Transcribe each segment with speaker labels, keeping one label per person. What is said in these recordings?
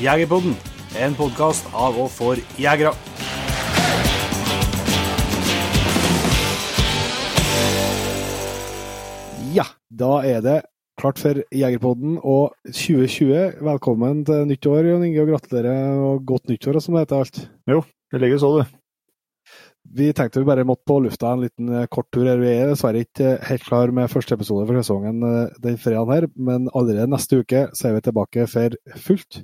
Speaker 1: Jegerpodden, en podkast av og for jegere.
Speaker 2: Ja, da er det klart for Jegerpodden og 2020. Velkommen til nytt år, Jon Inge, og gratulerer og godt nyttår, som det heter alt.
Speaker 3: Det ligger så, du.
Speaker 2: Vi tenkte vi bare måtte på lufta en liten eh, kort tur her. Vi er dessverre ikke eh, helt klar med første episode for sesongen eh, den fredagen her, men allerede neste uke så er vi tilbake for fullt.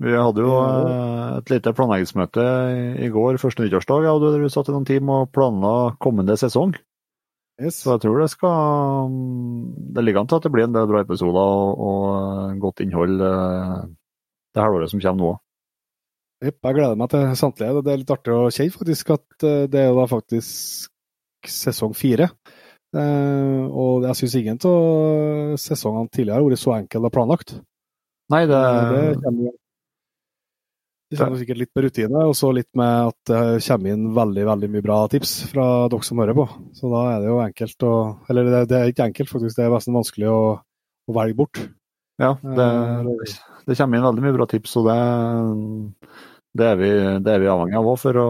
Speaker 3: Vi hadde jo
Speaker 2: Ja.
Speaker 3: eh, et lite planleggingsmøte i- i går, første nyttårsdag. Ja, du, du satt i noen team og planla kommende sesong.
Speaker 2: Yes.
Speaker 3: Så jeg tror det skal mm, Det ligger an til at det blir en del bra episoder og, og godt innhold eh, det halvåret som kommer nå.
Speaker 2: Jepp, jeg gleder meg til samtlige. Det er litt artig å kjenne faktisk at eh, det er jo da faktisk sesong fire. Eh, og jeg syns ingen av sesongene tidligere har vært så enkel og planlagt. Eh,
Speaker 3: Nei, det,
Speaker 2: Det kommer jo det kommer sikkert litt på rutine, og så litt med at det kommer inn veldig veldig mye bra tips fra dere som hører på. Så da er det jo enkelt å Eller det, det er ikke enkelt, faktisk. Det er nesten vanskelig å, å velge bort.
Speaker 3: ja,
Speaker 2: Eh,
Speaker 3: det, det kommer inn veldig mye bra tips, og det, det, er, vi, det er vi avhengig av òg for å,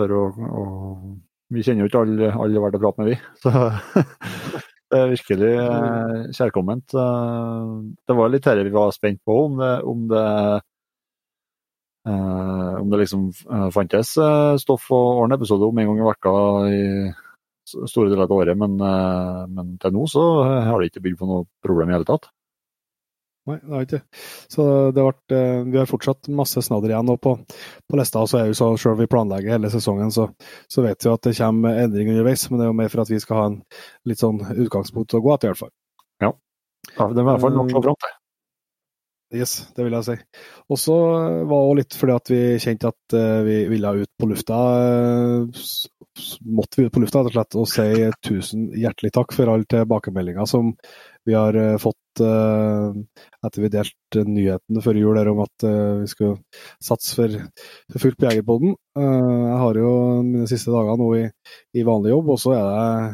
Speaker 3: for å, å Vi kjenner jo ikke alle alle verdt å prate med, vi. Så det er virkelig eh, kjærkomment. Eh, Det var litt dette vi var spent på, om det, om det eh, om det liksom eh, fantes eh, stoff og ordne episode om en gang i vekka i s- store deler av året, men, eh, men til nå så har det ikke bydd på noe problem i hele tatt.
Speaker 2: Nei, det har vi ikke. Så det har vært, eh, vi har fortsatt masse snadder igjen. Og på, på lista så er jo så selv om vi planlegger hele sesongen, så, så vet vi jo at det kommer endring underveis. Men det er jo mer for at vi skal ha en litt sånn utgangspunkt å gå etter, i hvert fall.
Speaker 3: Ja, det var i hvert fall nok så fram til.
Speaker 2: Yes, det vil jeg si. Og så var det litt fordi at vi kjente at eh, vi ville ut på lufta. eh, s- s- Måtte vi ut på lufta, rett og slett, og si tusen hjertelig takk for alle tilbakemeldinger som vi har eh, fått eh, etter vi delte nyheten før jul der om at eh, vi skulle satse for for fullt på Jegerpodden. Eh, Jeg har jo mine siste dager nå i, i vanlig jobb, og så er jeg,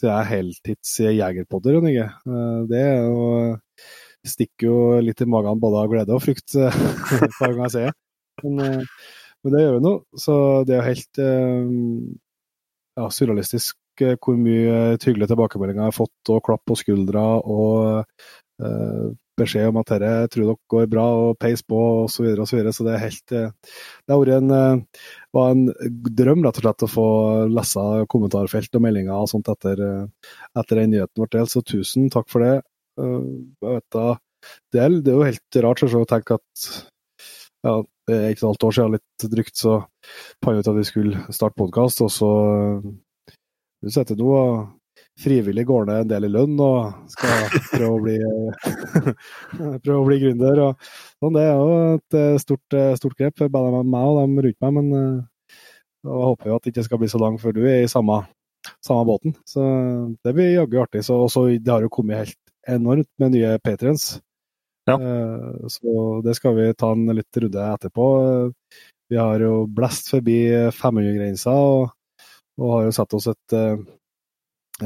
Speaker 2: så jeg er heltids jegerpodder, Jon Inge. Eh, Det er jo stikker jo litt i magen både av glede og frykt eh, hver gang jeg ser det. Men, eh, men det gjør vi nå. Så det er jo helt eh, ja, surrealistisk eh, hvor mye eh, hyggelige tilbakemeldinger jeg har fått, og klapp på skuldra og eh, beskjed om at dette tror dere går bra, og peis på, osv. Så, videre, og så, videre. så det er helt eh, Det har vært en, eh, var en drøm, rett og slett, å få lese kommentarfelt og meldinger og sånt etter, eh, etter den nyheten ble delt, så tusen takk for det. Eh, jeg vet da, det, er, det er jo helt rart selvsagt, å tenke at ja, det er ikke et halvt år siden, litt drygt, så fant vi ut at vi skulle starte podkast, og så eh, du setter nå og frivillig går ned en del i lønn og skal prøve å bli eh, prøve å bli gründer. Og, sånn, det er jo et eh, stort, eh, stort grep for både meg og dem rundt meg, men eh, jeg håper jo at det ikke skal bli så langt før du er i samme, samme båten. Så det blir jaggu artig. Så, også, det har jo kommet helt enormt med nye patrions.
Speaker 3: Ja.
Speaker 2: Eh, Så det skal vi ta en litt runde etterpå. Vi har jo blest forbi 500-grensa og, og har jo satt oss et, eh,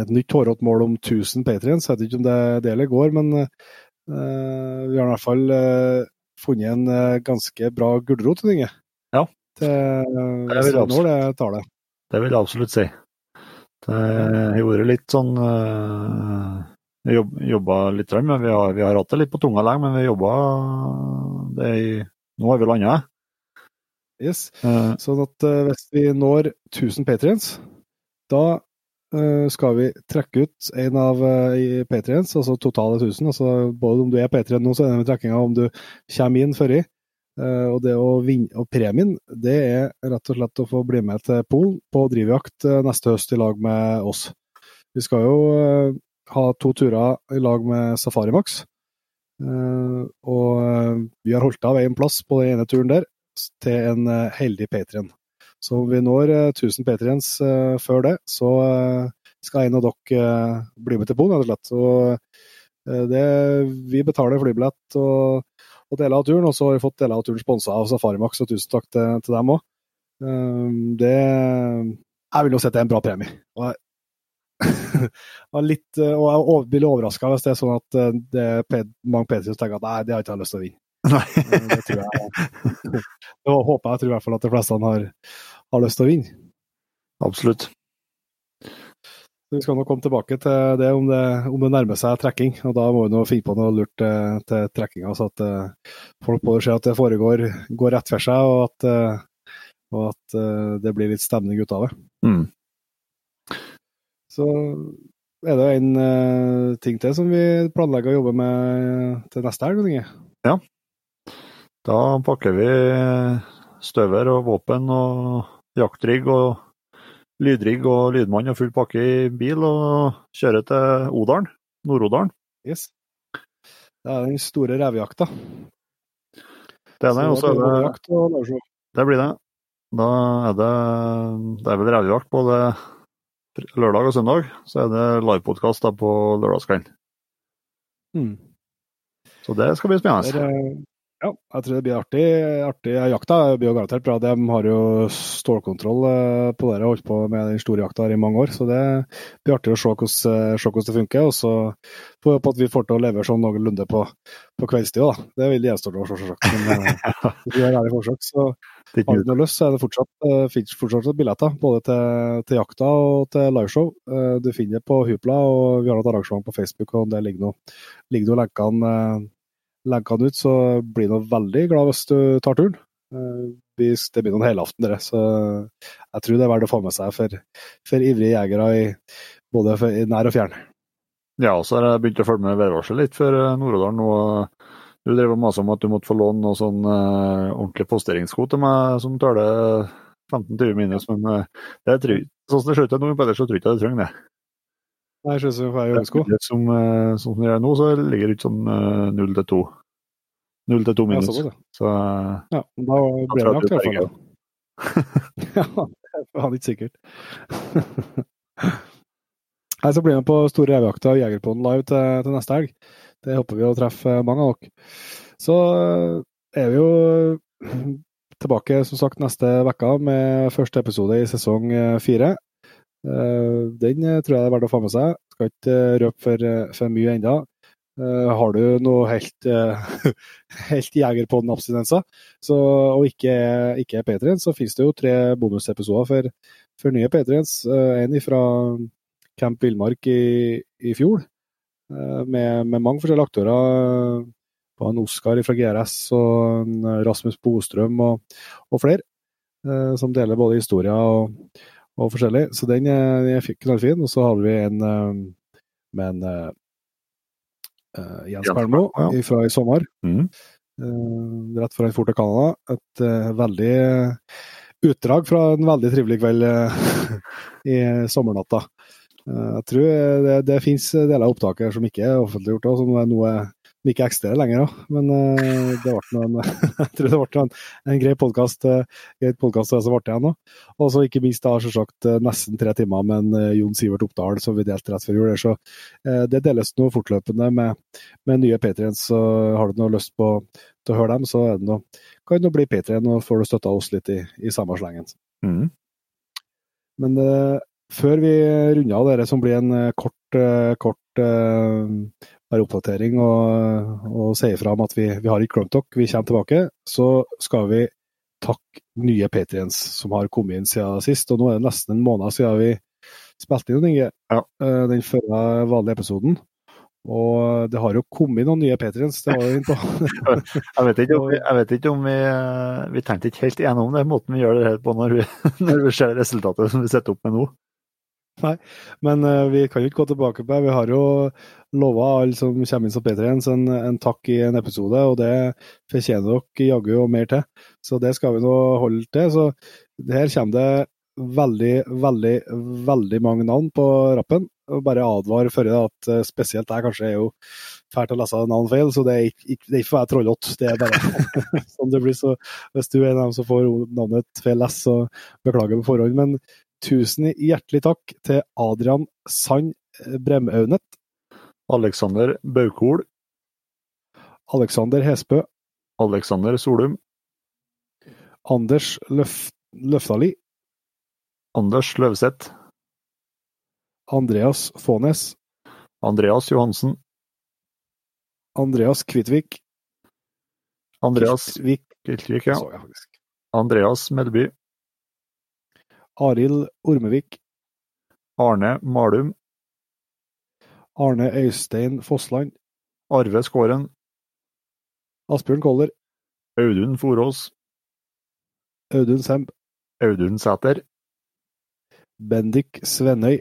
Speaker 2: et nytt hårete mål om 1000 patrions. Jeg vet ikke om det det eller går, men eh, vi har i hvert fall eh, funnet en eh, ganske bra gulrot. Jon Inge.
Speaker 3: Ja.
Speaker 2: Til, eh,
Speaker 3: Det vil jeg
Speaker 2: hvis vi når det tallet.
Speaker 3: Det vil jeg absolutt si. Det, jeg gjorde litt sånn øh, Jeg jobb, jobba litt, grann, men vi har, vi har hatt det litt på tunga lenge, men vi jobba det i Nå har vi landa.
Speaker 2: Yes.
Speaker 3: Uh,
Speaker 2: Sånn at eh, hvis vi når 1000 patrients, da eh, skal vi trekke ut en av uh, patrients, altså totale 1000. Altså både om du er patrion nå, så er det med trekkinga om du kommer inn førri. Eh, og det å vinne, og premien, det er rett og slett å få bli med til Polen på drivjakt eh, neste høst i lag med oss. Vi skal jo eh, ha to turer i lag med Safarimax. Eh, og eh, vi har holdt av en plass på den ene turen der til en eh, heldig Patrion. Så om vi når eh, 1000 Patrions eh, før det, så eh, skal en av dere eh, bli med til Polen, rett og slett. Så, eh, det, vi betaler flybillett og, og deler av turen, og så har vi fått deler av turen sponsa av Safarimax, og tusen takk til, til dem òg. det Jeg vil jo si at det er en bra premie. Og jeg, og litt, eh, og jeg over- blir overraska hvis det er sånn at eh, det er ped- mange Patrions tenker at nei, det har ikke jeg lyst til å vinne.
Speaker 3: Nei.
Speaker 2: Eh, Det tror jeg. Det håper jeg, jeg tror i hvert fall at de fleste har, har lyst til å vinne.
Speaker 3: Absolutt.
Speaker 2: Så Vi skal nå komme tilbake til det om, det om det nærmer seg trekking, og da må vi nå finne på noe lurt eh, til trekkinga, så at eh, folk både ser at det foregår går rett for seg, og at, eh, og at eh, det blir litt stemning ut av det.
Speaker 3: Mm.
Speaker 2: Så er det en eh, ting til som vi planlegger å jobbe med eh, til neste helg. Jon Inge.
Speaker 3: Da pakker vi eh, støver og våpen og jaktrigg og lydrigg og lydmann og full pakke i bil og kjører til Odalen, Nord-Odalen.
Speaker 2: Yes. Det er den store revejakta.
Speaker 3: Det ene, og
Speaker 2: Så
Speaker 3: så
Speaker 2: det
Speaker 3: er
Speaker 2: blir
Speaker 3: det
Speaker 2: jakt og laurshow.
Speaker 3: Det blir det. Da er det Det er vel revejakt både lørdag og søndag. Så er det livepodkast på lørdagskvelden.
Speaker 2: Mm.
Speaker 3: Så det skal bli
Speaker 2: Der,
Speaker 3: spennende.
Speaker 2: eh, ja, jeg tror det blir artig. artig. Ja, Jakta blir jo garantert bra. De har jo stålkontroll eh, på det de har holdt på med den store jakta her i mange år. Så det blir artig å se hvordan, eh, se hvordan det funker. Og så får vi håpe at vi får til å levere sånn noenlunde på, på kveldstid òg, da. Det vil det gjenstå å se, selvsagt. Men eh, vi gjør ærlige forsøk. Så
Speaker 3: Det er ikke
Speaker 2: Har du
Speaker 3: mye-
Speaker 2: noe lyst, så er det fortsatt, eh, finnes fortsatt billetter, både til, til jakta og til liveshow. Eh, Du finner det på Hupla, og vi har et arrangement på Facebook, og der ligger nå ligger nå lenkene, eh, lenkene ut. Så blir du nå veldig glad hvis du tar turen. Eh, vi- Det blir noen helaften, dere, så jeg tror det er verdt å få med seg for, for ivrige jegere i både for, i nær og fjern.
Speaker 3: Ja, og så har jeg begynt å følge med værvarselet litt for eh, Nord-Odalen nå. Du drev og masa om at du måtte få låne noe sånn eh, ordentlig posteringsko til meg som tåler 15-20 minus, men eh, det tror Sånn som det ser ut til nå, Peder, så tror jeg ikke jeg du trenger det.
Speaker 2: Nei, jeg synes vi får joggesko.
Speaker 3: Det Som, eh, sånn som det er nå, så ligger det ikke sånn eh, 0 til 2. 0 til 2
Speaker 2: Ja,
Speaker 3: minus.
Speaker 2: såpass, ja.
Speaker 3: Så eh,
Speaker 2: Ja, da blir det
Speaker 3: tror
Speaker 2: nok
Speaker 3: at
Speaker 2: i
Speaker 3: du
Speaker 2: hvert fall. Ja, det var han ikke sikkert. Nei, så blir vi på Store revejakta og Jegerpoden live til, til neste helg. Det håper vi å treffe mange av dere. Så eh, er vi jo eh, tilbake som sagt neste uke med første episode i sesong eh, fire. Eh, Den eh, tror jeg det er verdt å få med seg. Skal ikke eh, røpe for, eh, for mye ennå. Har du noe helt, eh, helt Jegerpoden-abstinenser? Så, og ikke, ikke er Patreon, så finnes det jo tre bonusepisoder for, for nye Patrions. En fra Camp Villmark i, i fjor, eh, med, med mange forskjellige aktører. eh, Det var en Oskar fra GRS og en Rasmus Bostrøm og, og flere, eh, som deler både historier og, og forskjellig. Så den er den er fi- knallfin. Og så har vi en eh, med en eh, eh, Jens
Speaker 3: Jens
Speaker 2: Bernmo
Speaker 3: Bernmo, ja.
Speaker 2: fra i sommer.
Speaker 3: Mhm.
Speaker 2: Eh, rett fra en fort til Canada. Et eh, veldig utdrag fra en veldig trivelig kveld eh, i sommernatta. Eh, jeg tror det, det finnes deler av opptaket som ikke er offentliggjort, og som er noe som ikke eksisterer lenger. Da. Men eh, det ble nå en, jeg tror det ble en, en grei podkast som ble igjen nå. Og så ikke minst da selvsagt eh, nesten tre timer med en eh, Jon Sivert Oppdal som vi delte rett før jul. Så eh, det deles nå fortløpende med, med nye Patrients. Så har du noe lyst på til å høre dem, så er det noe, kan det nå bli P3 og får du støtta oss litt i, i samme slengen.
Speaker 3: Mhm.
Speaker 2: Men eh, før vi runder av dere, som blir en eh, kort, eh, kort eh, bare oppdatering og, og sier fra om at vi, vi har ikke glemt dere, vi kommer tilbake, så skal vi takke nye Patriens som har kommet inn siden sist. Og nå er det nesten en måned siden vi spilte inn Inge,
Speaker 3: Ja.
Speaker 2: eh, den forrige vanlige episoden. Og det har jo kommet noen nye Patriens, det var jo inn på
Speaker 3: Jeg vet ikke om, vi, jeg vet ikke om vi, eh, vi tenkte ikke helt igjennom det, måten vi gjør det her på når vi, når vi ser resultatet som vi setter opp med nå.
Speaker 2: Men eh, vi kan jo ikke gå tilbake på det. Vi har jo lova alle som kommer inn som P3-ens en, en takk i en episode, og det fortjener dere jaggu og mer til. Så det skal vi nå holde til. Så det her kommer det veldig, veldig, veldig mange navn på rappen. Og bare advar før det at eh, spesielt jeg kanskje er jo fælt å lese navn feil, så det er ikke, ikke, det er ikke for å være trollete. Det er bare sånn det blir. Så hvis du er en av dem som får navnet feil lest, så beklager på forhånd. Men tusen hjertelig takk til Adrian Sand eh, Bremaunet,
Speaker 3: Alexander Baukol,
Speaker 2: Alexander Hesbø,
Speaker 3: Alexander Solum,
Speaker 2: Anders Løf Løftali,
Speaker 3: Anders Løvseth,
Speaker 2: Andreas Fånes,
Speaker 3: Andreas Johansen,
Speaker 2: Andreas Kvitvik,
Speaker 3: Andreas
Speaker 2: Vi
Speaker 3: Kiltvik, ja.
Speaker 2: så jeg faktisk.
Speaker 3: Andreas Melby.
Speaker 2: Arild Ormevik.
Speaker 3: Arne Malum.
Speaker 2: Arne Øystein Fossland.
Speaker 3: Arve Skåren.
Speaker 2: Asbjørn Koller.
Speaker 3: Audun Forås.
Speaker 2: Audun Semb.
Speaker 3: Audun Sæter.
Speaker 2: Bendik Svenøy.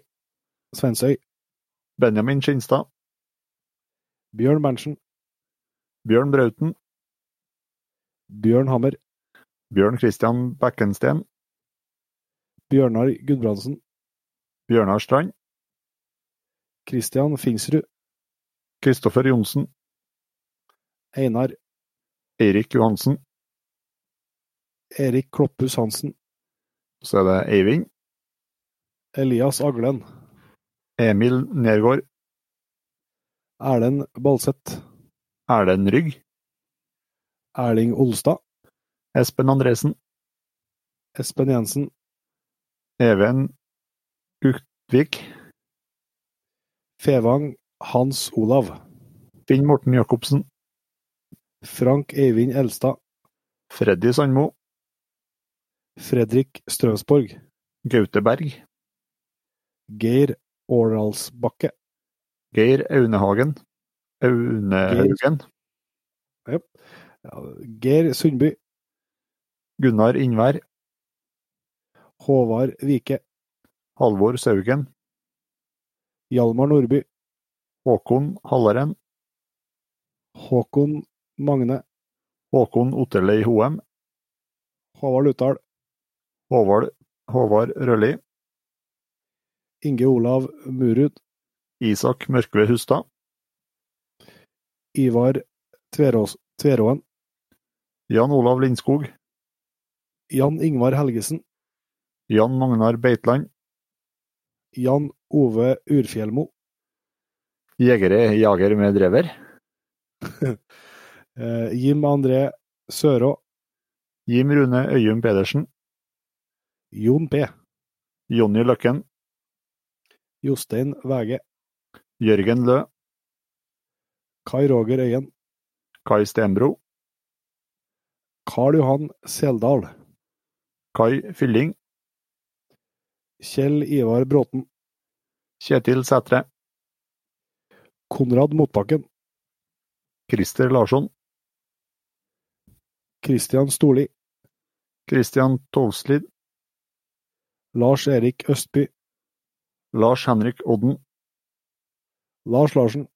Speaker 2: Svensøy.
Speaker 3: Benjamin Skinstad.
Speaker 2: Bjørn Berntsen.
Speaker 3: Bjørn Brauten.
Speaker 2: Bjørn Hammer.
Speaker 3: Bjørn Christian Bekkensten.
Speaker 2: Bjørnar Gudbrandsen.
Speaker 3: Bjørnar Strand.
Speaker 2: Christian Fingsrud.
Speaker 3: Kristoffer Johnsen.
Speaker 2: Einar
Speaker 3: Eirik Johansen.
Speaker 2: Erik Kloppus Hansen.
Speaker 3: Så er det Eivind.
Speaker 2: Elias Aglen.
Speaker 3: Emil Nergård.
Speaker 2: Erlend Balseth.
Speaker 3: Erlend Rygg.
Speaker 2: Erling Olstad.
Speaker 3: Espen Andresen.
Speaker 2: Espen Jensen.
Speaker 3: Even Uktvik.
Speaker 2: Fevang Hans Olav.
Speaker 3: Finn Morten Jacobsen.
Speaker 2: Frank Eivind Elstad.
Speaker 3: Freddy Sandmo.
Speaker 2: Fredrik Strømsborg.
Speaker 3: Gaute Berg.
Speaker 2: Geir Årdalsbakke.
Speaker 3: Geir Aunehagen. Aunehaugen.
Speaker 2: Ja, Geir Sundby.
Speaker 3: Gunnar Innvær.
Speaker 2: Håvard Vike.
Speaker 3: Halvor Saugen.
Speaker 2: Hjalmar Nordby.
Speaker 3: Håkon Halleren.
Speaker 2: Håkon Magne.
Speaker 3: Håkon Otterlei Hoem.
Speaker 2: Håvard Luthal.
Speaker 3: Håvard, Håvard Rølli.
Speaker 2: Inge Olav Murud.
Speaker 3: Isak Mørkve Hustad.
Speaker 2: Ivar Tverås, Tveråen.
Speaker 3: Jan Olav Lindskog.
Speaker 2: Jan Ingvar Helgesen.
Speaker 3: Jan Magnar Beitland.
Speaker 2: Jan Ove Urfjellmo.
Speaker 3: Jegere jager med drever.
Speaker 2: Eh, Jim André Sørå.
Speaker 3: Jim Rune Øyum Pedersen.
Speaker 2: Jon P.
Speaker 3: Jonny Løkken.
Speaker 2: Jostein Vege.
Speaker 3: Jørgen Lø.
Speaker 2: Kai Roger Øyen.
Speaker 3: Kai Stenbro.
Speaker 2: Karl Johan Seldal.
Speaker 3: Kai Fylling.
Speaker 2: Kjell Ivar Bråten.
Speaker 3: Kjetil Sætre.
Speaker 2: Konrad Motbakken.
Speaker 3: Christer Larsson.
Speaker 2: Christian Storli.
Speaker 3: Christian Tovslid.
Speaker 2: Lars Erik Østby.
Speaker 3: Lars Henrik Odden.
Speaker 2: Lars Larsen.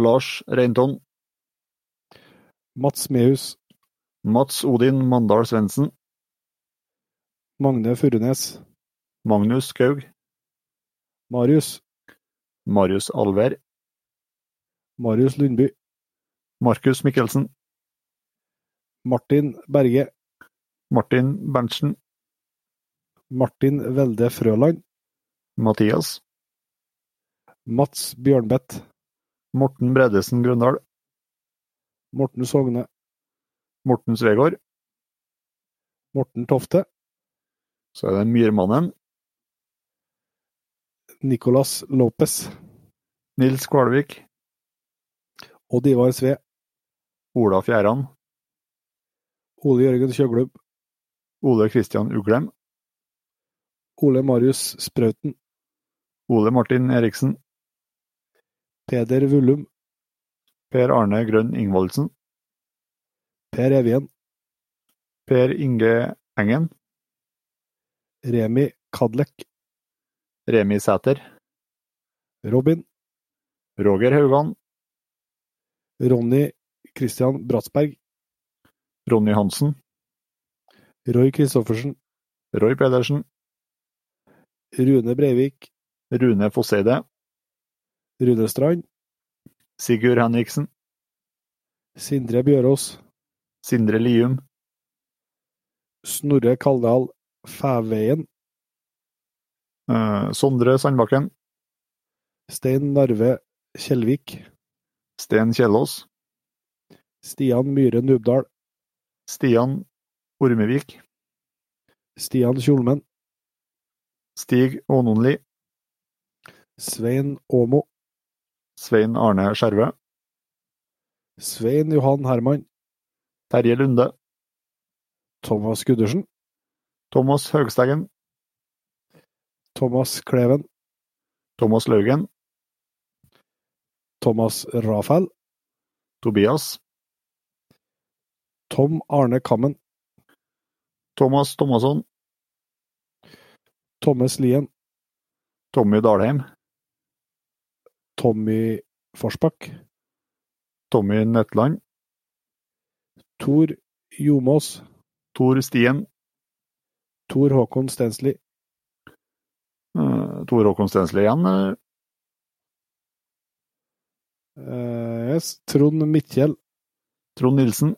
Speaker 3: Lars Reinton.
Speaker 2: Mats Mehus.
Speaker 3: Mats Odin Mandal Svendsen.
Speaker 2: Magne Furunes.
Speaker 3: Magnus Skaug.
Speaker 2: Marius.
Speaker 3: Marius Alver.
Speaker 2: Marius Lundby.
Speaker 3: Markus Mikkelsen.
Speaker 2: Martin Berge.
Speaker 3: Martin Berntsen.
Speaker 2: Martin Velde Frøland.
Speaker 3: Mathias.
Speaker 2: Mats Bjørnbeth.
Speaker 3: Morten Bredesen Grøndal.
Speaker 2: Morten Sogne.
Speaker 3: Morten Svegård.
Speaker 2: Morten Tofte.
Speaker 3: Så er det Myrmannen.
Speaker 2: Nicolas Lopez.
Speaker 3: Nils Kvalvik.
Speaker 2: Odd Ivar Sve.
Speaker 3: Ola Fjæran.
Speaker 2: Ole Jørgen Kjøglubb.
Speaker 3: Ole Kristian Uglem.
Speaker 2: Ole Marius Sprauten.
Speaker 3: Ole Martin Eriksen.
Speaker 2: Peder Vullum.
Speaker 3: Per Arne Grønn Ingvaldsen.
Speaker 2: Per Evjen.
Speaker 3: Per Inge Engen.
Speaker 2: Remi Kadlek.
Speaker 3: Remi Sæter.
Speaker 2: Robin.
Speaker 3: Roger Haugan.
Speaker 2: Ronny Christian Bratsberg.
Speaker 3: Ronny Hansen.
Speaker 2: Roy Christoffersen.
Speaker 3: Roy Pedersen.
Speaker 2: Rune Breivik.
Speaker 3: Rune Fosseide.
Speaker 2: Rune Strand.
Speaker 3: Sigurd Henriksen.
Speaker 2: Sindre Bjørås.
Speaker 3: Sindre Lium.
Speaker 2: Snorre Kaldal Fæveien.
Speaker 3: eh, Sondre Sandbakken.
Speaker 2: Stein Narve Kjellvik.
Speaker 3: Sten Kjellås.
Speaker 2: Stian Myhre Nubdal.
Speaker 3: Stian Ormevik.
Speaker 2: Stian Kjolmen.
Speaker 3: Stig Ånonli.
Speaker 2: Svein Åmo.
Speaker 3: Svein Arne Skjerve.
Speaker 2: Svein Johan Herman.
Speaker 3: Terje Lunde.
Speaker 2: Thomas Guddersen.
Speaker 3: Thomas Haugsteigen.
Speaker 2: Thomas Kleven.
Speaker 3: Thomas Laugen.
Speaker 2: Thomas Rafael.
Speaker 3: Tobias.
Speaker 2: Tom Arne Kammen.
Speaker 3: Thomas Thomasson.
Speaker 2: Thomas Lien.
Speaker 3: Tommy Dalheim.
Speaker 2: Tommy Forsbakk.
Speaker 3: Tommy Nøtland.
Speaker 2: Tor Jomås.
Speaker 3: Tor Stien.
Speaker 2: Tor Håkon Stensli.
Speaker 3: eh, Tor Håkon Stensli igjen. eh,
Speaker 2: Eh, yes. Trond Midtgjell.
Speaker 3: Trond Nilsen.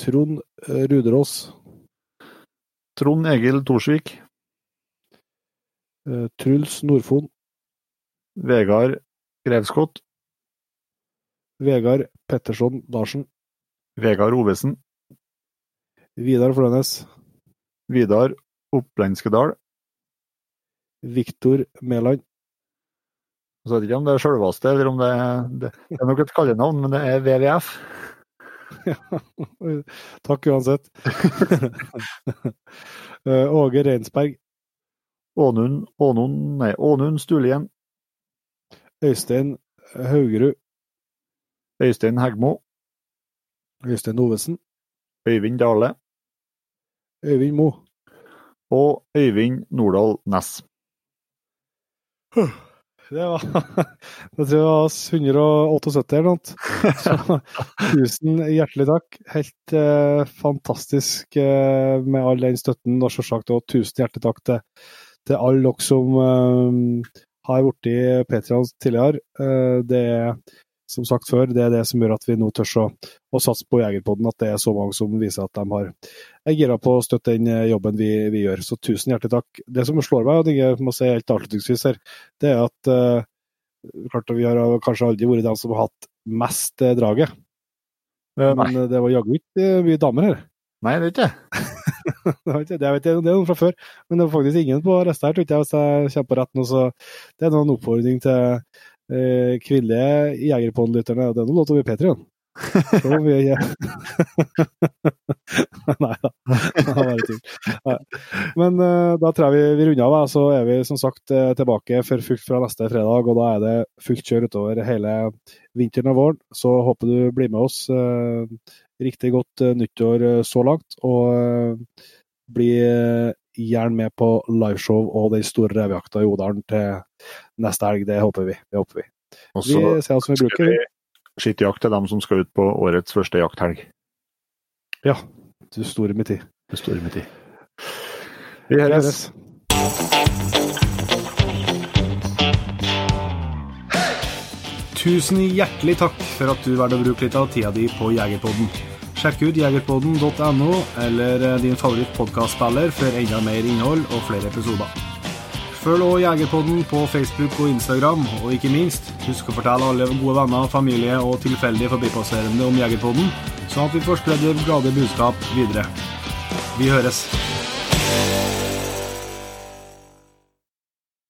Speaker 2: Trond eh, Ruderås.
Speaker 3: Trond Egil Thorsvik.
Speaker 2: Eh, Truls Nordfon.
Speaker 3: Vegard Grevskott.
Speaker 2: Vegard Petterson Larsen.
Speaker 3: Vegard Ovesen.
Speaker 2: Vidar Flønes.
Speaker 3: Vidar Opplandskedal.
Speaker 2: Viktor Mæland.
Speaker 3: Så vet jeg ikke om det er sjølveste, eller om det er Det, det er nok et kallenavn, men det er WWF.
Speaker 2: Takk uansett. Eh, Åge Reinsberg.
Speaker 3: Ånund Ånund Nei, Ånund Stulien.
Speaker 2: Øystein Haugerud.
Speaker 3: Øystein Hegmo.
Speaker 2: Øystein Ovesen.
Speaker 3: Øyvind Dale.
Speaker 2: Øyvind Mo.
Speaker 3: Og Øyvind Nordahl Næss.
Speaker 2: Det var Jeg tror det var oss 178 eller noe. Så tusen hjertelig takk. Helt eh, fantastisk eh, med all den støtten, og selvsagt også tusen hjertelig takk til, til alle dere som eh, har blitt Patrion tidligere. Eh, det er som sagt før, det er det som gjør at vi nå tør å, å satse på Jegerpodden, at det er så mange som viser at de har er gira på å støtte den eh, jobben vi, vi gjør. Så tusen hjertelig takk. Det som slår meg, og det jeg må si helt avslutningsvis her, det er at eh, klart at vi har kanskje aldri vært den som har hatt mest eh, draget.
Speaker 3: Eh,
Speaker 2: Men eh, det var jaggu ikke eh, mye damer her.
Speaker 3: Nei, det er ikke det.
Speaker 2: Det var ikke- det vet jeg, det er noen fra før, men det var faktisk ingen på resten her, tror ikke jeg, hvis jeg kommer på rett nå. Så det er nå en oppfordring til eh, kvinnelige Jegerpodden-lytterne. Det er nå lov til å bli Patrion. Så må vi Nei da, det var bare tull. Nei. Men eh, da tror jeg vi, vi runder av. da. Så er vi som sagt eh, tilbake for fullt fra neste fredag, og da er det fullt kjør utover hele vinteren og våren. Så håper du blir med oss. eh, Riktig godt eh, nyttår eh, så langt, og eh, bli eh, gjerne med på liveshow og den store revejakta i Odalen til neste helg. Det håper vi. Det håper vi.
Speaker 3: Og
Speaker 2: Vi
Speaker 3: så
Speaker 2: ser oss som vi
Speaker 3: skal
Speaker 2: bruker.
Speaker 3: vi skittjakt til dem som skal ut på årets første jakthelg.
Speaker 2: Ja. Du store mitt i.
Speaker 3: Det står i mitt i. Vi høres.
Speaker 1: Tusen hjertelig takk for at du valgte å bruke litt av tida di på Jegerpodden. Sjekk ut jegerpodden.no eller eh, din favoritt podcastspiller for enda mer innhold og flere episoder. Følg også Jegerpodden på Facebook og Instagram, og ikke minst, husk å fortelle alle gode venner, familie og tilfeldige forbipasserende om Jegerpodden, sånn at vi får spredd det glade budskap videre. Vi høres.